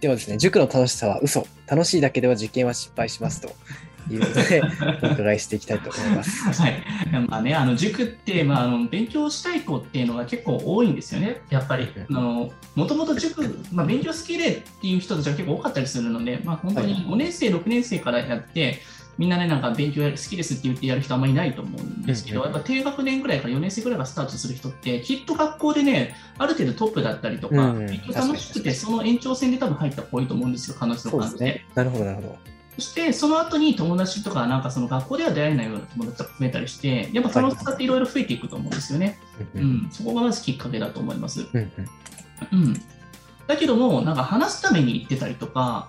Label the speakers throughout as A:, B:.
A: ではですね、塾の楽しさは嘘。楽しいだけでは受験は失敗しますということ で、お伺いしていきたいと思います。
B: はい。まあね、あの塾って、まあ、あの勉強したい子っていうのが結構多いんですよね、やっぱり。あのもともと塾、まあ、勉強好きでっていう人たちが結構多かったりするので、まあ、本当に5年生、6年生からやって、みんなね、なんか勉強好きですって言ってやる人あんまりいないと思うんですけど、やっぱ低学年ぐらいから4年生ぐらいがスタートする人って、きっと学校でね、ある程度トップだったりとか、うんうん、楽しくて、その延長線で多分入った子多いと思うんですよ、彼女とか
A: でね。なるほど、なるほど。
B: そして、その後に友達とか、なんかその学校では出会えないような友達とか増えたりして、やっぱ楽しさっていろいろ増えていくと思うんですよね。うん、うん、そこがまずきっかけだと思います。うん、うんうんだけども、なんか話すために行ってたりとか、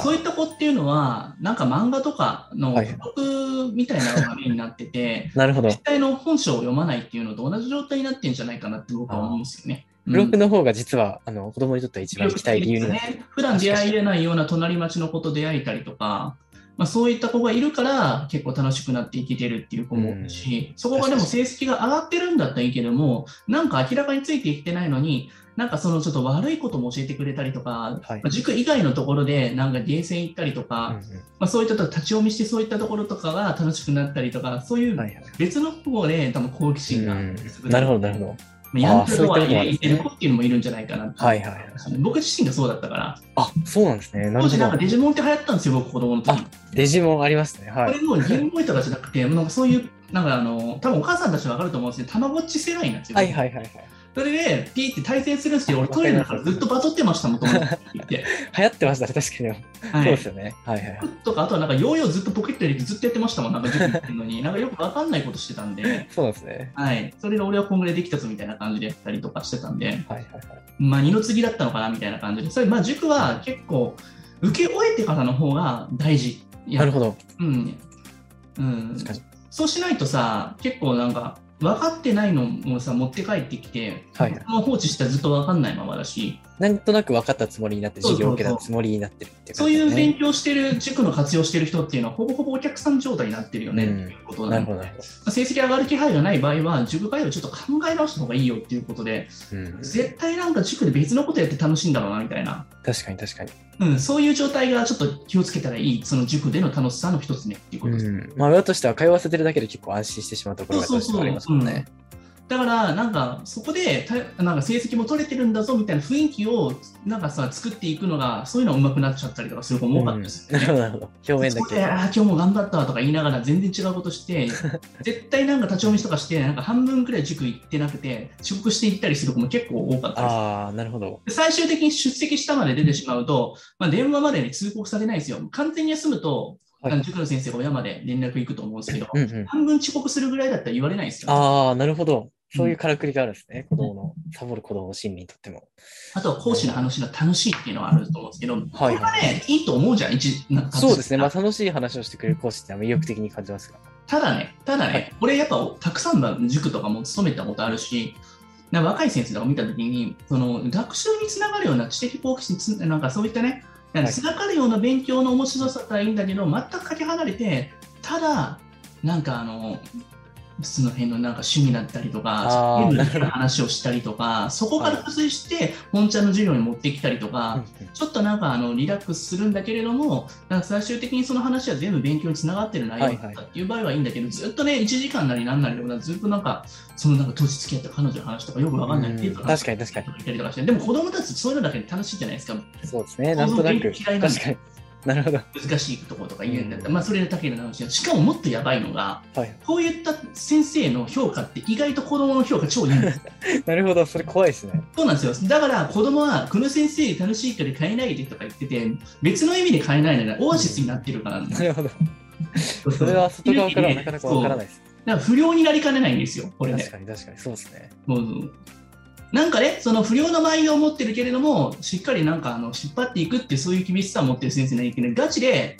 B: そういった子っていうのは、なんか漫画とかの付録みたいな画面になって て、
A: なるほど
B: 実際の本書を読まないっていうのと同じ状態になってるんじゃないかなって僕は思うんですよね。
A: ブロックの方が実は、あの子供にとっては一番行きたい理由
B: ですね。普段出会えないような隣町の子と出会えたりとか、まあ、そういった子がいるから結構楽しくなっていけてるっていう子もいるし、うん、そこがでも成績が上がってるんだったらいいけどもなんか明らかについていけてないのになんかそのちょっと悪いことも教えてくれたりとか、はい、塾以外のところでなんかゲーセン行ったりとか、うんうん、まあ、そういったと立ち読みしてそういったところとかが楽しくなったりとかそういう別の方で多分好奇心が、うん、
A: なるほどなるほど。
B: やんちゃとは言ってる子っていうのもいるんじゃないかな
A: はいはい、
B: 僕自身がそうだったから。
A: あそうなんですね。
B: 当時なんかデジモンって流行ったんですよ、僕子供の時。。
A: デジモンありますね。はい
B: これもうゲームボーイとかじゃなくて、なんかそういう、なんかあの、多分お母さんたちわかると思うんですけど、たまごっち世代なんですよ。
A: はいはいはいはい。
B: それで、ピーって対戦するんですけど、俺トイレだからずっとバトってましたもん、友達って。
A: 流行ってましたね、確かに。はい、そうですよね。はいはい。
B: とか、あとはなんかヨーヨーずっとポケット入れてずっとやってましたもん、なんか塾行ってるのに。なんかよくわかんないことしてたんで。
A: そうですね。
B: はい。それで俺はこんぐらいできたぞみたいな感じでやったりとかしてたんで。はいはいはい。まあ、二の次だったのかなみたいな感じで。それ、まあ塾は結構、受け終えてからの方が大事。
A: なるほど。
B: うん。うん。そうしないとさ、結構なんか、分かってないのもさ持って帰ってきて、はい、放置したらずっと分かんないままだし、
A: なんとなく分かったつもりになって授業を受けたつもりになってるっていう
B: ね、そういう勉強してる塾の活用してる人っていうのはほぼほぼお客さん状態になってるよね、うん、ということなので成績上がる気配がない場合は塾通いをちょっと考え直した方がいいよっていうことで、うん、絶対なんか塾で別のことやって楽しいんだろうなみたいな
A: 確かに確かに、
B: うん、そういう状態がちょっと気をつけたらいい、その塾での楽しさの一つねっていうことです。うん
A: まあ、親としては通わせてるだけで結構安心してしまうところが
B: そうそう
A: ありますもんね。
B: だから、なんかそこでたなんか成績も取れてるんだぞみたいな雰囲気をなんかさ作っていくのが、そういうのがうまくなっちゃったりとかする子も多かったです、
A: ねうん、なるほど、表面だけ。
B: ああ、今日も頑張ったとか言いながら全然違うことして、絶対なんか立ち読みとかして、なんか半分くらい塾行ってなくて、遅刻していったりする子も結構多かったです。
A: あなるほど
B: 最終的に出席したまで出てしまうと、まあ、電話までに通告されないですよ。完全に休むとはい、塾の先生が親まで連絡行くと思うんですけど、うんうん、半分遅刻するぐらいだったら言われないですよ、
A: ね、ああ、なるほど。そういうからくりがあるんですね。うん、子供の、サボる子供の心理にとっても。
B: あとは講師の話が楽しいっていうのはあると思うんですけど、はい、これはね、いいと思うじゃん、一
A: なんかそうですね。まあ、楽しい話をしてくれる講師って魅力的に感じますが。
B: ただね、ただね、はい、俺やっぱたくさんの塾とかも勤めたことあるし、な若い先生とか見たときに、その学習につながるような知的好奇心、なんかそういったね、つながるような勉強の面白さったらいいんだけど、全くかけ離れて、ただ、なんかあの、その辺のなんか趣味だったりとか、ゲームの話をしたりとか、そこから付随して、本ちゃんの授業に持ってきたりとか、ちょっとなんかあのリラックスするんだけれども、なんか最終的にその話は全部勉強につながってる内容だったっていう場合はいいんだけど、ずっとね、1時間なりなんなりとか、ずっとなんか、そのなんか当時付き合った彼女の話とかよくわかんないっていう
A: か、確かに確か
B: に。かでも子供たちそういうのだけで楽しいじゃないですか。
A: そうですね、なんとなく。
B: 嫌いなんで
A: なるほど
B: 難しいところとか言うんだったら、うん、まあ、それだけの話だしかももっとやばいのが、はい、こういった先生の評価って意外と子どもの評価超いいんです
A: なるほどそれ怖いですね
B: そうなんですよだから子どもはこの先生楽しいから変えないでとか言ってて別の意味で変えないならオアシスになってるから
A: な、うん、なるほどそれは外側からはなかなかわからないです、ね、
B: だから不良になりかねないんですよこれね
A: 確かに確かにそうですね
B: もうなんかね、その不良のマインドを持ってるけれども、しっかりなんかあの引っ張っていくって、そういう厳しさを持ってる先生ないけど、ガチで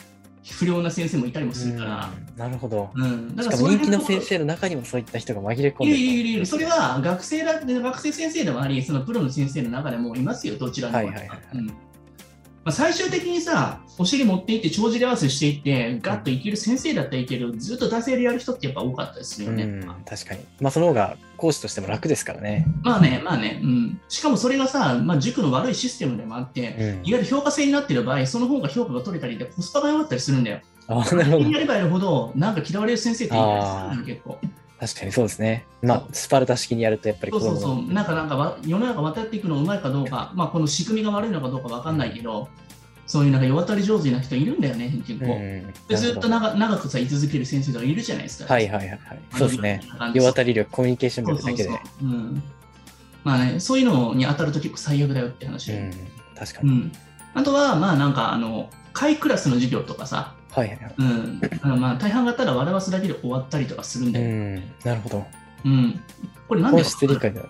B: 不良な先生もいたりもするから。
A: なるほど。うん、だから人気の先生の中にもそういった人が紛れ込んで
B: いるいるいる、それは学生だ学生先生でもあり、そのプロの先生の中でもいますよ、どちらにも。はいはいはい、うんまあ、最終的にさ、お尻持っていって、帳尻合わせしていって、ガッといける先生だったらいける、ずっと惰性でやる人ってやっぱ多かったでする
A: う
B: よね。
A: ん、確かに。まあ、その方が講師としても楽ですからね。
B: まあね、まあね、うん。しかもそれがさ、まあ、塾の悪いシステムでもあって、
A: うん
B: いわゆる評価制になってる場合、その方が評価が取れたりで、コスパが良かったりするんだよ。
A: あなるほど
B: や。ればやるほど、なんか嫌われる先生っていたりするのよ結構。
A: 確かにそうですね。まあ、スパルタ式にやるとやっぱり
B: そうそうそ
A: の
B: う、なんかなんかわ世の中渡っていくのうまいかどうか、まあ、この仕組みが悪いのかどうかわかんないけど、そういうなんか世渡り上手な人いるんだよね、結構。
A: ん
B: でずっと
A: なる
B: 長長くさ、居続ける先生とかいるじゃないです
A: ほ
B: か。
A: どはいはいはいはい。そうですね。
B: あの。
A: 世渡り力、コミュニケーション
B: そう
A: 力
B: そ
A: だ
B: う
A: け
B: そ
A: で。
B: う。うんまあね、そういうのに当たると結構最悪だよって話。
A: うん、確か
B: う
A: に。
B: ん、あとは、まあなんかあの、会クラスの授業とかさ、
A: はいはいはい。
B: うん、あのまあ大半がただ笑わすだけで終わったりとかするん
A: う
B: だよ。
A: ん、なるほど。
B: うんこれなんで
A: 本
B: か
A: 質理解では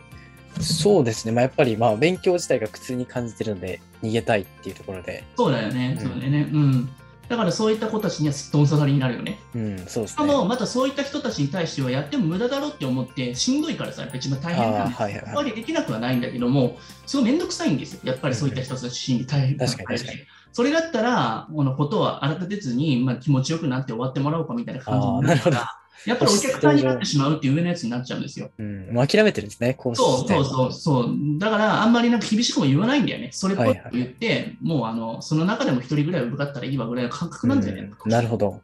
A: そうですね。まあ、やっぱり、まあ、勉強自体が苦痛に感じてるので、逃げたいっていうところで。
B: そうだよね、
A: うん
B: そうだよね。うん。だからそういった子たちにはすっとんさがりになるよね。
A: うん、そうで
B: し
A: す
B: か
A: ね。
B: も、またそういった人たちに対してはやっても無駄だろって思って、しんどいからさ、やっぱ一番大変なん
A: あ
B: で
A: ー
B: す
A: はいはい
B: やっぱ
A: はい。
B: りできなくはないんだけども、すごい面倒くさいんですよ。やっぱりそういった人たち心理大変
A: 確かに確かに
B: それだったら、このことは改めずに、まあ、気持ちよくなって終わってもらおうかみたいな感じになるか
A: あーなる
B: ら、やっぱりお客さんになってしまうっていう上のやつになっちゃうんですよ。
A: うん、もう諦めてるんですね、講師
B: そ
A: 自
B: う
A: 体
B: そ
A: は
B: うそうそう。だから、あんまりなんか厳しくも言わないんだよね。それっぽ
A: はいいはい
B: 言って、もうあのその中でも一人ぐらい受かったらいいわぐらいの感覚なんだよね。
A: うんなるほど。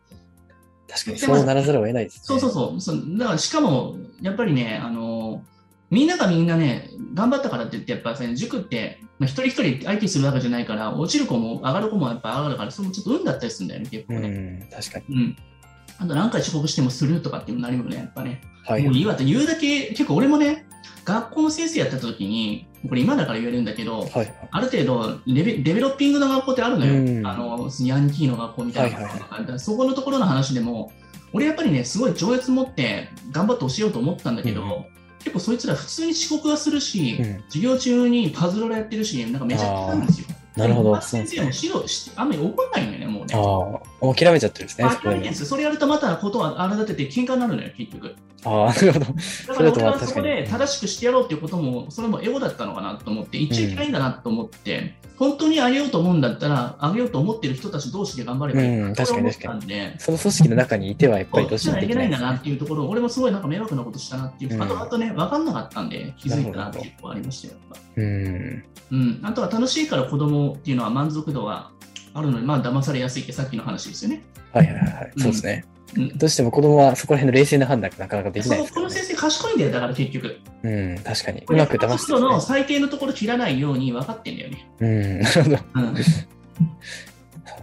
A: 確かにそうならざるを得ないですね。
B: そうそうそうそう。だから、しかも、やっぱりね、あの、みんながみんなね、頑張ったからって言って、やっぱさ、塾って、まあ、一人一人相手するわけじゃないから、落ちる子も上がる子もやっぱ上がるから、それもちょっと運だったりするんだよね、結構ね。
A: ん、確かに。
B: うん。あと何回遅刻してもするとかっていうのになるよね、やっぱね。
A: はい
B: もう。いいわって言うだけ、結構俺もね、学校の先生やってた時に、これ今だから言えるんだけど、
A: はい。
B: ある程度レベ、デベロッピングの学校ってあるのよ、
A: うん
B: あのヤンキーの学校みたいな、
A: はいはい
B: そこのところの話でも、俺やっぱりね、すごい情熱持って頑張って教えようと思ったんだけど、
A: うん
B: 結構そいつら普通に遅刻はするし、
A: うん
B: 授業中にパズドラやってるし、なんかめちゃくちゃなんですよ。
A: なるほど。
B: で先生も指導しあんまり怒んないのよね、もうね。
A: ああ、諦めちゃってるんですね。そこ
B: 諦
A: で
B: めてん
A: ね
B: すよそれやるとまたことは荒立てて喧嘩になるのよ、結局。
A: ああ、なるほど。
B: だから
A: そ
B: 俺
A: れだとまあ
B: はそこで
A: 確かに
B: 正しくしてやろうっていうことも、それもエゴだったのかなと思って、言っちゃいけないんだなと思って、本当にあげようと思うんだったら、あげようと思ってる人たち同士で頑張ればいい。
A: うん、確かに確
B: それ
A: か
B: を思
A: に。
B: ったんで、
A: その組織の中にいてはやっぱり
B: こ
A: ど
B: っ
A: うし
B: ち
A: ても
B: は
A: で
B: い
A: き
B: け
A: な
B: ない
A: い
B: ん
A: で
B: だ
A: す
B: な
A: ね
B: っていうところ、俺もすごいなんか迷惑なことしたなっていう、
A: うん
B: あとあとね、分かんなかったんで、気づいたなっていうところありましたよ。やっぱ
A: うん。
B: うん、あとは楽しいから子供っていうのは満足度があるので、まあ騙されやすいってさっきの話ですよね。
A: はいはいはいはい。そうですね。
B: うん
A: どうしても子供はそこら辺の冷静な判断がなかなかでき
B: そ
A: ないうですか
B: こ
A: ら
B: の
A: ね。
B: 先生賢いんだよ、だから結局。
A: うん、確かに。うまく騙して
B: 満足度の
A: る、
B: 最低のところ切らないように分かってんだよね。
A: ね。うん、 なるほど。
B: うん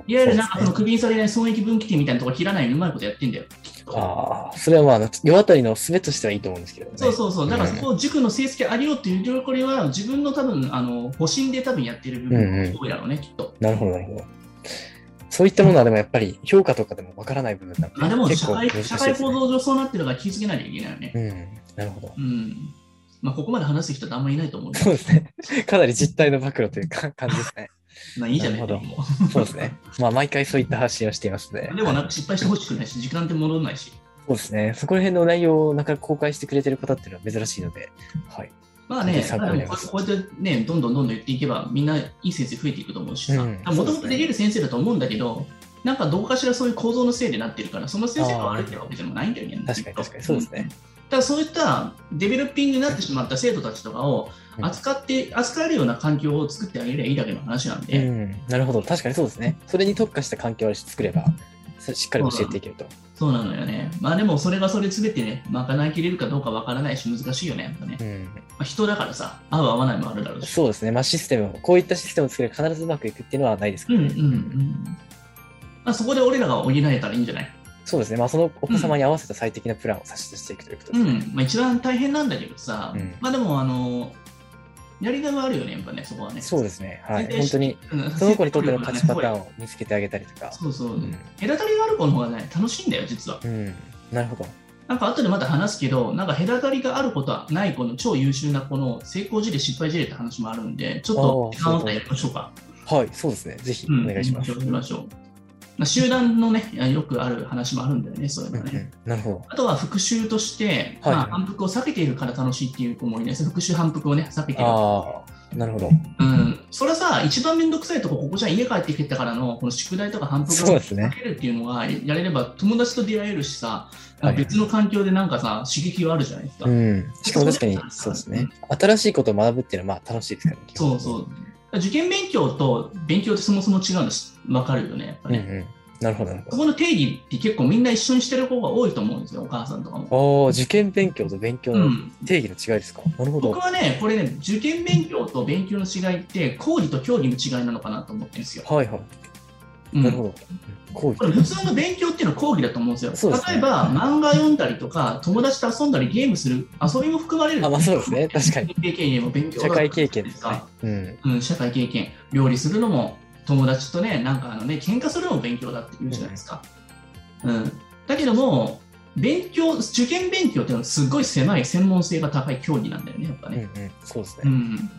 B: いわゆるなんかそのクビにされない損益分岐点みたいなところ切らないようにうまいことやってんだよ。きっと
A: ああ、それはまああの、世渡りの術としてはいいと思うんですけどね。
B: そうそうそう、だからそこを塾の成績上げようっていうよりこれは自分の多分あの保身で多分やってる部分が多いだろうね、きっと。
A: なるほど、なるほど。そういったものはでもやっぱり評価とかでもわからない部分なん
B: あでも
A: で、
B: 社会
A: 難しい
B: 社
A: で
B: 会
A: す
B: 構
A: ね。
B: 造上そうなってるから気づけないといけないよね。
A: うん、なるほど。
B: うん。まあ、ここまで話す人ってあんまりいないと思うんで
A: そうですね。かなり実態の暴露というか感じですね。
B: まあいいじゃない
A: なるほど
B: も
A: そうですね。まあ、毎回そういった発信をしていますので
B: う。でもなんか失敗してほしくないし、時間って戻らないし。
A: そうですね。そこら辺の内容をなかなか公開してくれてる方っていうのは珍しいので、はい。
B: まあね、
A: 参考になります
B: こうやってね、どんどんどんどん言っていけば、みんないい先生増えていくと思うしさ、
A: うん
B: もともとできる先生だと思うんだけど、なんかどうかしらそういう構造のせいでなってるから、その先生が悪いってわけでもないんだよね。
A: 確かに確かに、そうですね。
B: ただそういったデベロッピングになってしまった生徒たちとかを
A: うん
B: 扱って、扱えるような環境を作ってあげればいいだけの話なん
A: う
B: で、
A: ん、なるほど。確かにそうですね。それに特化した環境を作れば、そしっかり教えていけると。
B: そうなのよね。まあでもそれがそれ全てね、賄いきれるかどうかわからないし、難しいよね、やっぱね。
A: うん、
B: まあ、人だからさ、合う合わないもあるだろうし。
A: そうですね。まあ、システムを、こういったシステムを作れば必ずうまくいくっていうのはないですか
B: うん
A: ら
B: うん
A: ね。
B: うん。まあ、そこで俺らが補えたらいいんじゃない
A: そうですね、まあ、そのお子様に合わせた最適なプランを差し出していくということで
B: う
A: す
B: ん
A: ね。、
B: まあ、一番大変なんだけどさ、
A: うん
B: まあでも、あの、やりがいはあるよね、やっぱね、そこはね。
A: そうですね、はい、
B: 全然
A: 本当に
B: うん
A: その子にとっての勝ちパターン
B: を。
A: を見つけてあげたりとか。
B: そうそうう。
A: ん、
B: 隔たりがある子の方がね、楽しいんだよ、実は。
A: うんなるほど。
B: なんか後でまた話すけど、なんか隔たりがあることはない子の超優秀な子の成功事例、失敗事例って話もあるんで、ちょっと
A: あー
B: 時間あったらやりましょうか。
A: はい、そうですね、ぜひお願いします。
B: やりましょう。まあ、集団のね、よくある話もあるんだよね、そういうの
A: うん
B: ね。
A: うんなるほど。
B: あとは復習として、
A: はい
B: まあ、反復を避けているから楽しいっていう子もいないです。復習反復をね、避けてる。
A: ああ、なるほど。
B: うん。それはさ、一番めんどくさいとこ、ここじゃん家帰ってきてからの、この宿題とか反復
A: そうですね
B: かけるっていうのが、やれれば友達と出会えるしさ、
A: はい
B: 別の環境でなんかさ、刺激があるじゃないですか。
A: うん。しかも確かに、そうですね。新しいことを学ぶっていうのはまあ楽しいですからね。
B: そうそう。だから受験勉強と勉強ってそもそも違うのし分かるよね、やっぱ
A: うんう
B: ね。
A: ん。なるほど、なるほ
B: そ
A: ど。
B: この定義って結構みんな一緒にしてる方が多いと思うんですよ、お母さんとかも。
A: おお受験勉強と勉強
B: う
A: の
B: ん、
A: 定義の違いですか、なるほど
B: 僕。はね、これね、受験勉強と勉強の違いって、講義と教義の違いなのかなと思ってるんですよ。
A: はいはい。
B: うん
A: なるほど。講義
B: これ普通の勉強っていうのは講義だと思うんですよ。
A: そうですね
B: 例えば漫画読んだりとか友達と遊んだりゲームする遊びも含まれる。
A: あまあそうですね確かに。
B: 経験も勉強
A: 社会経験
B: で
A: ですす
B: か
A: ね。。うん。
B: うん、社会経験。料理するのも友達とね、なんかあのね、喧嘩するのも勉強だって言うじゃないですか。うん。だけども、勉強、受験勉強っていうのはすごい狭い専門性が高い競技なんだよね、やっぱ
A: うん
B: ね。
A: うん。そうです
B: う
A: ね。
B: ん、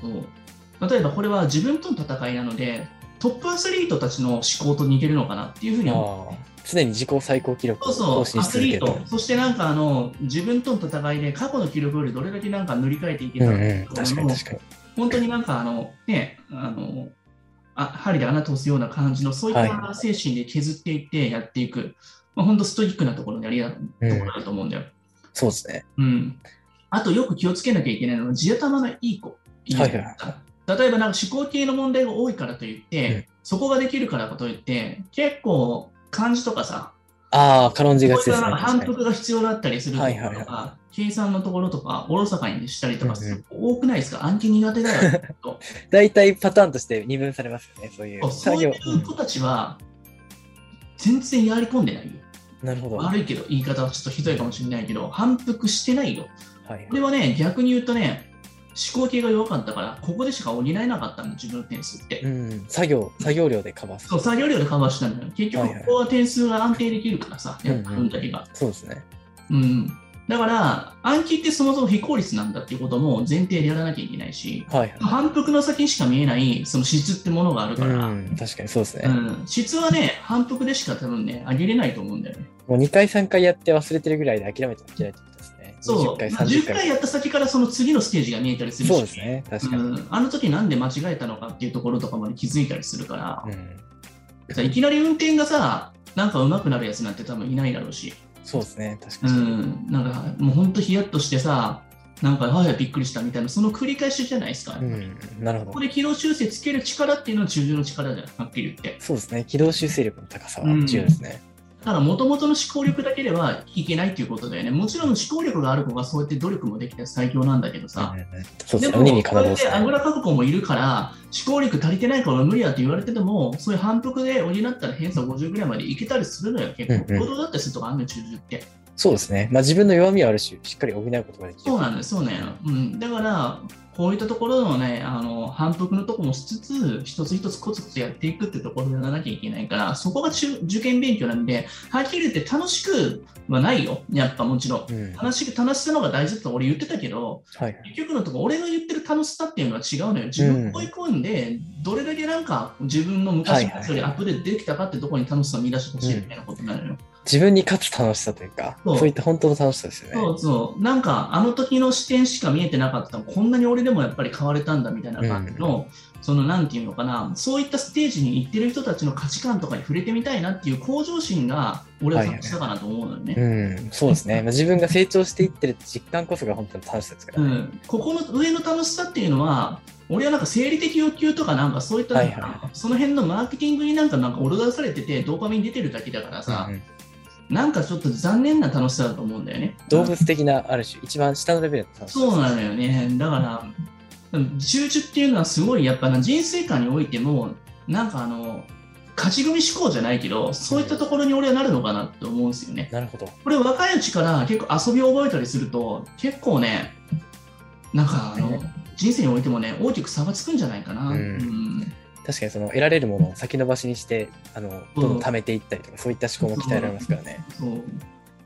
B: そう例えばこれは自分との戦いなのでトップアスリートたちの思考と似てるのかなっていうふうに思う
A: ああ。常に自己最高記録を
B: そ
A: 更
B: うそ
A: 新
B: うア
A: し
B: ス
A: 続け
B: リー
A: る
B: ト
A: と。
B: そしてなんかあの自分との戦いで過去の記録よりどれだけなんか塗り替えていけ
A: う
B: た
A: ん
B: か
A: うん。確かに確かに。
B: 本当になんかあのねあのあ針で穴通すような感じのそういっ
A: は
B: た精神で削っていってやっていく、まあ、本当ストイックなところでありだと
A: う
B: こ
A: ん
B: ろ。だと思うんだよ、
A: そうですね。
B: うん、あとよく気をつけなきゃいけないのは地頭がいい子いい子
A: はいはいは
B: 例えばなんか思考系の問題が多いからといって、
A: うん
B: そこができるからといって結構漢字とかさ
A: ああ、軽んじ
B: こ
A: が
B: ういっ
A: ちです
B: た
A: ね。
B: なんか
A: 確
B: 反
A: かに
B: 復が必要だったりするところとか、
A: はいはい
B: 計算のところとかおろそかにしたりとか
A: うんうん
B: 多くないですか、暗記苦手だよと
A: 大体パターンとして二分されますよね。そうい
B: そう
A: う
B: そう
A: 作
B: い
A: 業。
B: う子たちは全然やり込んでないよ
A: うんなるほど。はい
B: 悪いけど言い方はちょっとひどいかもしれないけど反復してないよ
A: はい
B: こ。れはね、逆に言うとね、思考系が弱かったから、ここでしか補えなかったの、自分の点数って。
A: うん。作業、作業量でカバーす
B: そう、
A: る。
B: 作業量でカバーしたんだよ。結局、
A: はいは
B: こ
A: い
B: こは点数が安定できるからさ、
A: うんう
B: や
A: ん
B: った分だけが。
A: そうですね。
B: うん。だから、暗記ってそもそも非効率なんだっていうことも前提でやらなきゃいけないし、
A: はいはい。
B: 反復の先にしか見えない、その質ってものがある
A: う
B: から、うん、
A: ん。確かにそうですね。
B: 質はね、反復でしか多分ね、上げれないと思うんだよね。
A: もう2回3回やって忘れてるぐらいで諦めてはいけないってことですね。
B: そ
A: 20
B: う、
A: 回、
B: まあ10
A: 30
B: 回
A: 回。
B: やった先からその次のステージが見えたりするし、
A: そうですね。確かに。
B: うん、あの時なんで間違えたのかっていうところとかまで気づいたりするから、
A: うん。
B: さいきなり運転がさ、なんか上手くなるやつなんて多分いないだろうし、
A: そうですね。確
B: う
A: かに。
B: ん、なんかもうほんとヒヤッとしてさ、なんか、はい、びっくりしたみたいな、その繰り返しじゃないですか。
A: うん。なるほ
B: ここ
A: ど。
B: で軌道修正つける力っていうのは中流の力じゃん、はっきり言って。
A: そうですね。軌道修正力の高さは重要ですね。
B: だから、もともとの思考力だけではいけないっていうことだよね。もちろん思考力がある子がそうやって努力もできて最強なんだけどさ
A: う、んうんそうで
B: です
A: ね。
B: も、
A: 鬼に
B: こ
A: 金
B: れ
A: 棒で
B: です
A: ね。
B: あぐらかく子もいるから、思考力足りてないから無理だって言われてても、そういう反復で補ったら偏差50ぐらいまでいけたりするのよ、結構。
A: うん
B: 行
A: うん
B: 動だったりするとかあんのよ、中旬って。
A: そうですね。まあ自分の弱みはあるし、しっかり補うことができる。
B: そうなんだよ、そうなんよ。うん、だから、こういったところのね、あの反復のとこもしつつ、一つ一つコツコツやっていくってところでやらなきゃいけないから、そこが中受験勉強なんで、はっきり言って楽しくはないよ、やっぱもちろん。
A: うん。は
B: 楽しく楽しさの方が大事だと俺言ってたけど、
A: い。
B: 結局のとこ俺の言ってる楽しさっていうのは違うのよ。自分を追い込んで、どれだけなんか自分の昔のやつよりアップデートできたかってとこに楽しさを見出してほしいみたいなことなのよ。
A: 自分に勝つ楽しさというか、
B: そう
A: そういった本当の楽しさですよね。
B: そうそう。なんかあの時の視点しか見えてなかったこんなに俺でもやっぱり変われたんだみたいな感じの、そのなんていうのかな、そういったステージに行ってる人たちの価値観とかに触れてみたいなっていう向上心が俺は楽しさかなと思うのよね。
A: うん、そうですね。まあ、自分が成長していってるって実感こそが本当の楽しさですから
B: う
A: ね。
B: ん、ここの上の楽しさっていうのは、俺はなんか生理的欲求とか、なんかそういったなんか、
A: はいは
B: その辺のマーケティングになんかなんか踊らされてて、ドーパミン出てるだけだからさ、
A: うんうん
B: なんかちょっと残念な楽しさだと思うんだよね。
A: 動物的な、ある種、一番下のレベルの楽しさ。
B: そうなのよね。だから、集中っていうのはすごい、やっぱな人生観においても、なんかあの、勝ち組思考じゃないけど、そういったところに俺はなるのかなって思うんですよね。
A: なるほど。
B: これ若いうちから結構遊びを覚えたりすると結構ねなんかあの
A: ね
B: 人生においてもね大きく差がつくんじゃないかな、
A: うん
B: うん
A: 確かにその得られるものを先延ばしにして、あの、どんどん貯めていったりとか、そういった思考も鍛えられますからね。
B: そう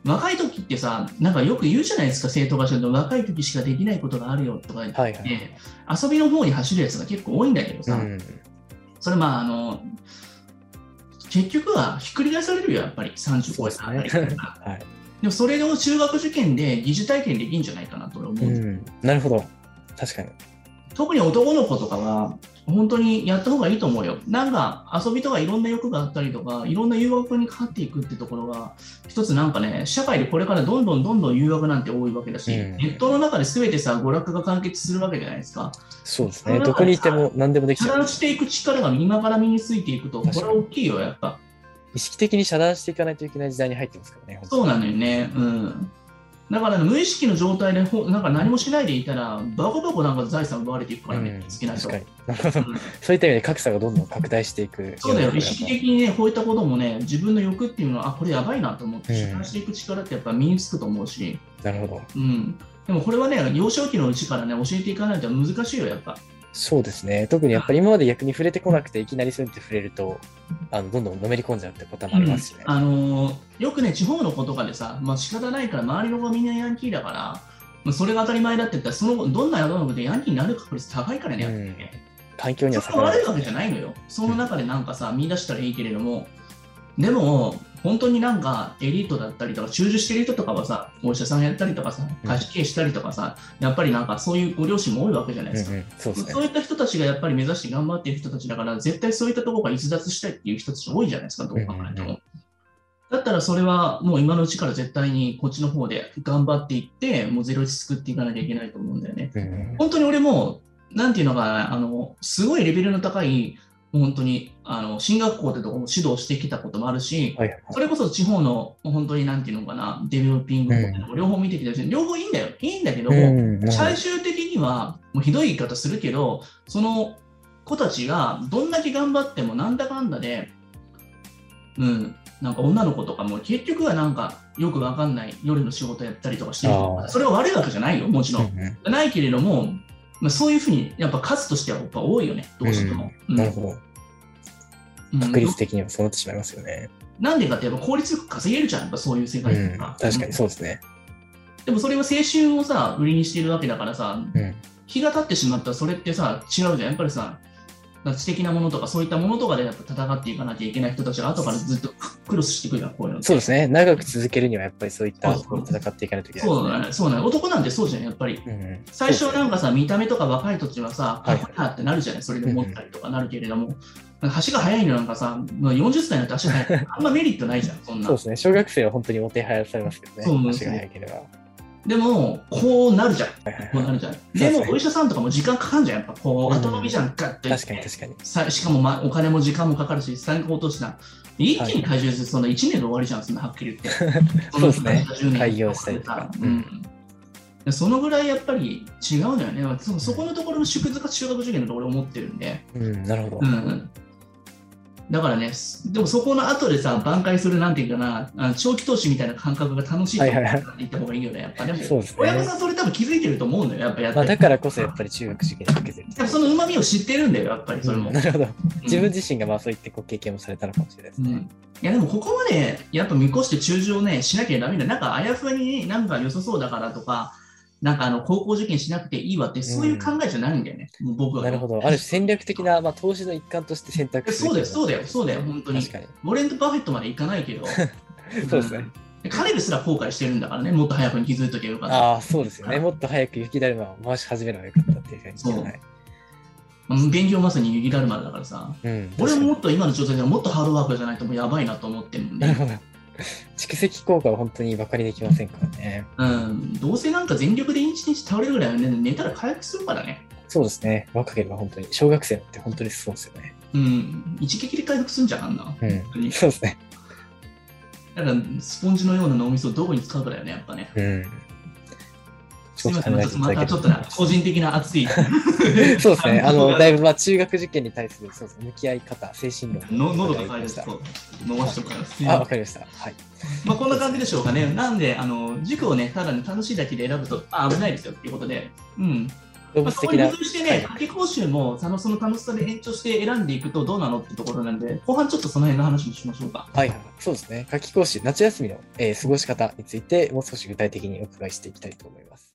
B: 若い時ってさなんかよく言うじゃないですか生徒がの若い時しかできないことがあるよとか言って、
A: はいはい。
B: 遊びの方に走るやつが結構多いんだけど
A: う
B: さ、
A: ん、
B: それまああの結局はひっくり返されるよやっぱり30超えたあたりか
A: そう
B: ら
A: ですねはい、
B: でもそれを中学受験で疑似体験できるんじゃないかなと俺思う
A: うん
B: ですよ
A: ん、なるほど。確かに。
B: 特に男の子とかは、本当にやった方がいいと思うよ。なんか遊びとかいろんな欲があったりとか、いろんな誘惑にかかっていくってところが、一つなんかね、社会でこれからどんどんどんどん誘惑なんて多いわけだし、
A: うん
B: ネットの中で全てさ、娯楽が完結するわけじゃないですか。
A: そうですね。どこにいても何でもでき
B: 遮
A: ちゃう
B: 断。していく力が今から身についていくと、こ
A: 確か
B: れ
A: に
B: は大きいよ、やっぱ。
A: 意識的に遮断していかないといけない時代に入ってますからね。本当
B: そうなのよね。うん。だから、ね、無意識の状態でほなんか何もしないでいたら、バコバコなんか財産奪われていくから
A: に
B: ね、好きな人
A: 確
B: は
A: か。に。
B: うん
A: そういった意味で格差がどんどん拡大していく。
B: そうだよ、
A: 世の
B: 意
A: 中
B: 識的にね、こういったこともね、自分の欲っていうのは、あ、これやばいなと思って、
A: うん
B: 遮断していく力ってやっぱ身につくと思うし、
A: なるほど。
B: うん。でもこれはね、幼少期のうちからね、教えていかないと難しいよ、やっぱ。
A: そうですね。特にやっぱり今まで逆に触れてこなくて、いきなりそうやって触れると、あのどんどんのめり込んじゃうってこともありますしね。
B: あのーよくね、地方の子とかでさ、まあ仕方ないから、周りの子はみんなヤンキーだから、まあそれが当たり前だって言ったら、その後どんな野郎の子でヤンキーになる確率高いからね、やっぱりね。
A: 環境には
B: それ
A: 逆
B: が
A: ら
B: 悪いわけじゃないのよ。その中でなんかさ、見出したらいいけれども、でも、本当になんかエリートだったりとか、中受してる人とかはさ、お医者さんやったりとかさ、
A: うん
B: 貸し経営したりとかさ、やっぱりなんかそういうご両親も多いわけじゃないですか。
A: うんうん、そうです
B: そう
A: ね。
B: いった人たちがやっぱり目指して頑張っている人たちだから、絶対そういったところが逸脱したいっていう人たち多いじゃないですか、どう考えて
A: うんうんう
B: も。だったらそれはもう今のうちから絶対にこっちの方で頑張っていって、もうゼロイチ作っていかなきゃいけないと思うんだよね。
A: うん
B: 本当に俺も、なんていうのかな、あの、すごいレベルの高い、本当に、あの、進学校でとかも指導してきたこともあるし、
A: はいはい。
B: それこそ地方の、本当になんていうのかな、デベロッピングとかも両方見てきたし、両方いいんだよ。いいんだけど、
A: うんなるほ
B: 最終的には、もうひどい言い方するけど、その子たちがどんだけ頑張ってもなんだかんだで、うん、なんか女の子とかも結局はなんかよくわかんない夜の仕事やったりとかしてる
A: あー
B: それは悪いわけじゃないよ、もちろ
A: ど
B: ん。
A: うん
B: ないけれども、まあ、そういうふうにやっぱ数としてはやっぱ多いよね、どうしても。
A: うんなるほど。
B: うん
A: 確率的にはそうなってしまいますよね。
B: なんでかってやっぱ効率よく稼げるじゃん、やっぱそういう世
A: う
B: 界
A: ん、
B: とか。
A: 確かにそうですね。
B: でもそれは青春をさ、売りにしてるわけだからさ、
A: うん、
B: 日が経ってしまったらそれってさ、違うじゃん、やっぱりさ、なんか知的なものとかそういったものとかでやっぱ戦っていかなきゃいけない人たちが後からずっとクロスしてくるじゃん、こういうのって
A: そうですね。長く続けるにはやっぱりそういった
B: そうそう
A: 戦っていかないといけない
B: そうだね、そうだね。男なんてそうじゃん、やっぱり。
A: ですね。うん
B: 最初なんかさ、見た目とか若い土地は
A: は
B: さ、か
A: い
B: っこいいなってなるじゃない、それで思ったりとかなるけれども、なんか足が速いのなんかさ、まあ40歳の足が速いあんまメリットないじゃん、そんな
A: そう。ですね。小学生は本当にお手早されますけどね。
B: そうそう
A: 足
B: そう
A: が速ければ。
B: でも、こうなるじゃん、こ
A: はいはいうは
B: ないるじゃん。
A: すね
B: でも、お医者さんとかも時間かかんじゃん、やっぱこ
A: うん
B: う、後伸びじゃん、ガッといって
A: 確かに確かに。
B: さしかも、ま、お金も時間もかかるし、参考とした一気に体重する、その1年で終わりじゃん、そんなはっきり言って。
A: そうですね
B: その10年
A: 開業したりとか
B: うんでそのぐらいやっぱり違うのよね、そそこのところの縮図が中学受験だと俺思ってるんで、
A: うん、なるほど
B: う。ん、だからね、すでもそこの後でさ、挽回するなんていうかな、あの長期投資みたいな感覚が楽しいと
A: はい
B: 思
A: はいは
B: っ
A: い
B: て言った方がいいよね、やっぱでも
A: そうです
B: 親御
A: ね。
B: さんそれ多分気づいてると思うのよ、やっぱやって
A: まあ、
B: る
A: だからこそやっぱり中学受験にかけてる。
B: 多分そのうまみを知ってるんだよ、やっぱりそれも。
A: うんなるほど。
B: うん
A: 自分自身がまあそういってこう経験もされたのかもしれないです
B: う
A: ね。
B: んいやでもここまでやっぱ見越して中止をねしなきゃダメだなんかあやふやになんか良さそうだからとかなんかあの高校受験しなくていいわってそういう考えじゃないんだよね、もう僕は
A: なるほど。ある種戦略的な、まあ、投資の一環として選択
B: え
A: する
B: そうだよそうだよそうだよ
A: 確
B: 本当に
A: かに。
B: モレント・パーフェットまでいかない けど
A: そうですね
B: うん彼ですら後悔してるんだからねもっと早くに気づいとけばよかった
A: ああ、そうですよね。もっと早く雪だるまを回し始めればよかったっていう感じじゃない。
B: うん勉強まさに雪だるまだからさ
A: うん。確
B: 俺
A: か
B: も
A: に
B: もっと今の状態ではもっとハードワークじゃないともうやばいなと思ってるん
A: なる
B: で、
A: ほど。蓄積効果は本当にばかりできませんからね。
B: うん、どうせなんか全力で一日倒れるぐらいはね寝たら回復するからね
A: そうですね。若ければ本当に。小学生って本当にそうですよね。
B: うん、一撃で回復するんじゃん、あんな。
A: う
B: 当に
A: ん。そうですね。
B: だから、スポンジのような脳みそをどこに使うかだよね、やっぱね。
A: うん。
B: すみません、
A: 考
B: ま
A: え
B: た
A: ていただけ
B: ま
A: る
B: たちょっとな個人的な熱い。 そ
A: そうですね。あの、だいぶ、まあ、中学受験に対する、そうですね。向き合い方、精神論。
B: の喉が痒い
A: ま
B: で
A: し
B: す
A: た。
B: と伸ばしてもらいます。
A: あ、わかりました。はい。
B: まあ、こんな感じでしょうかね。なんで、あの、塾をね、ただね、楽しいだけで選ぶと、あ、危ないですよっていうことで、うん。
A: 動
B: まあ、
A: 物
B: そこ
A: 的
B: に
A: な。
B: 工夫してね、夏季講習も、そのその楽しさで延長して選んでいくとどうなのってところなんで、後半ちょっとその辺の話もしましょうか。
A: はいはい、そうですね。夏季講習、夏休みの、えー過ごし方について、もう少し具体的にお伺いしていきたいと思います。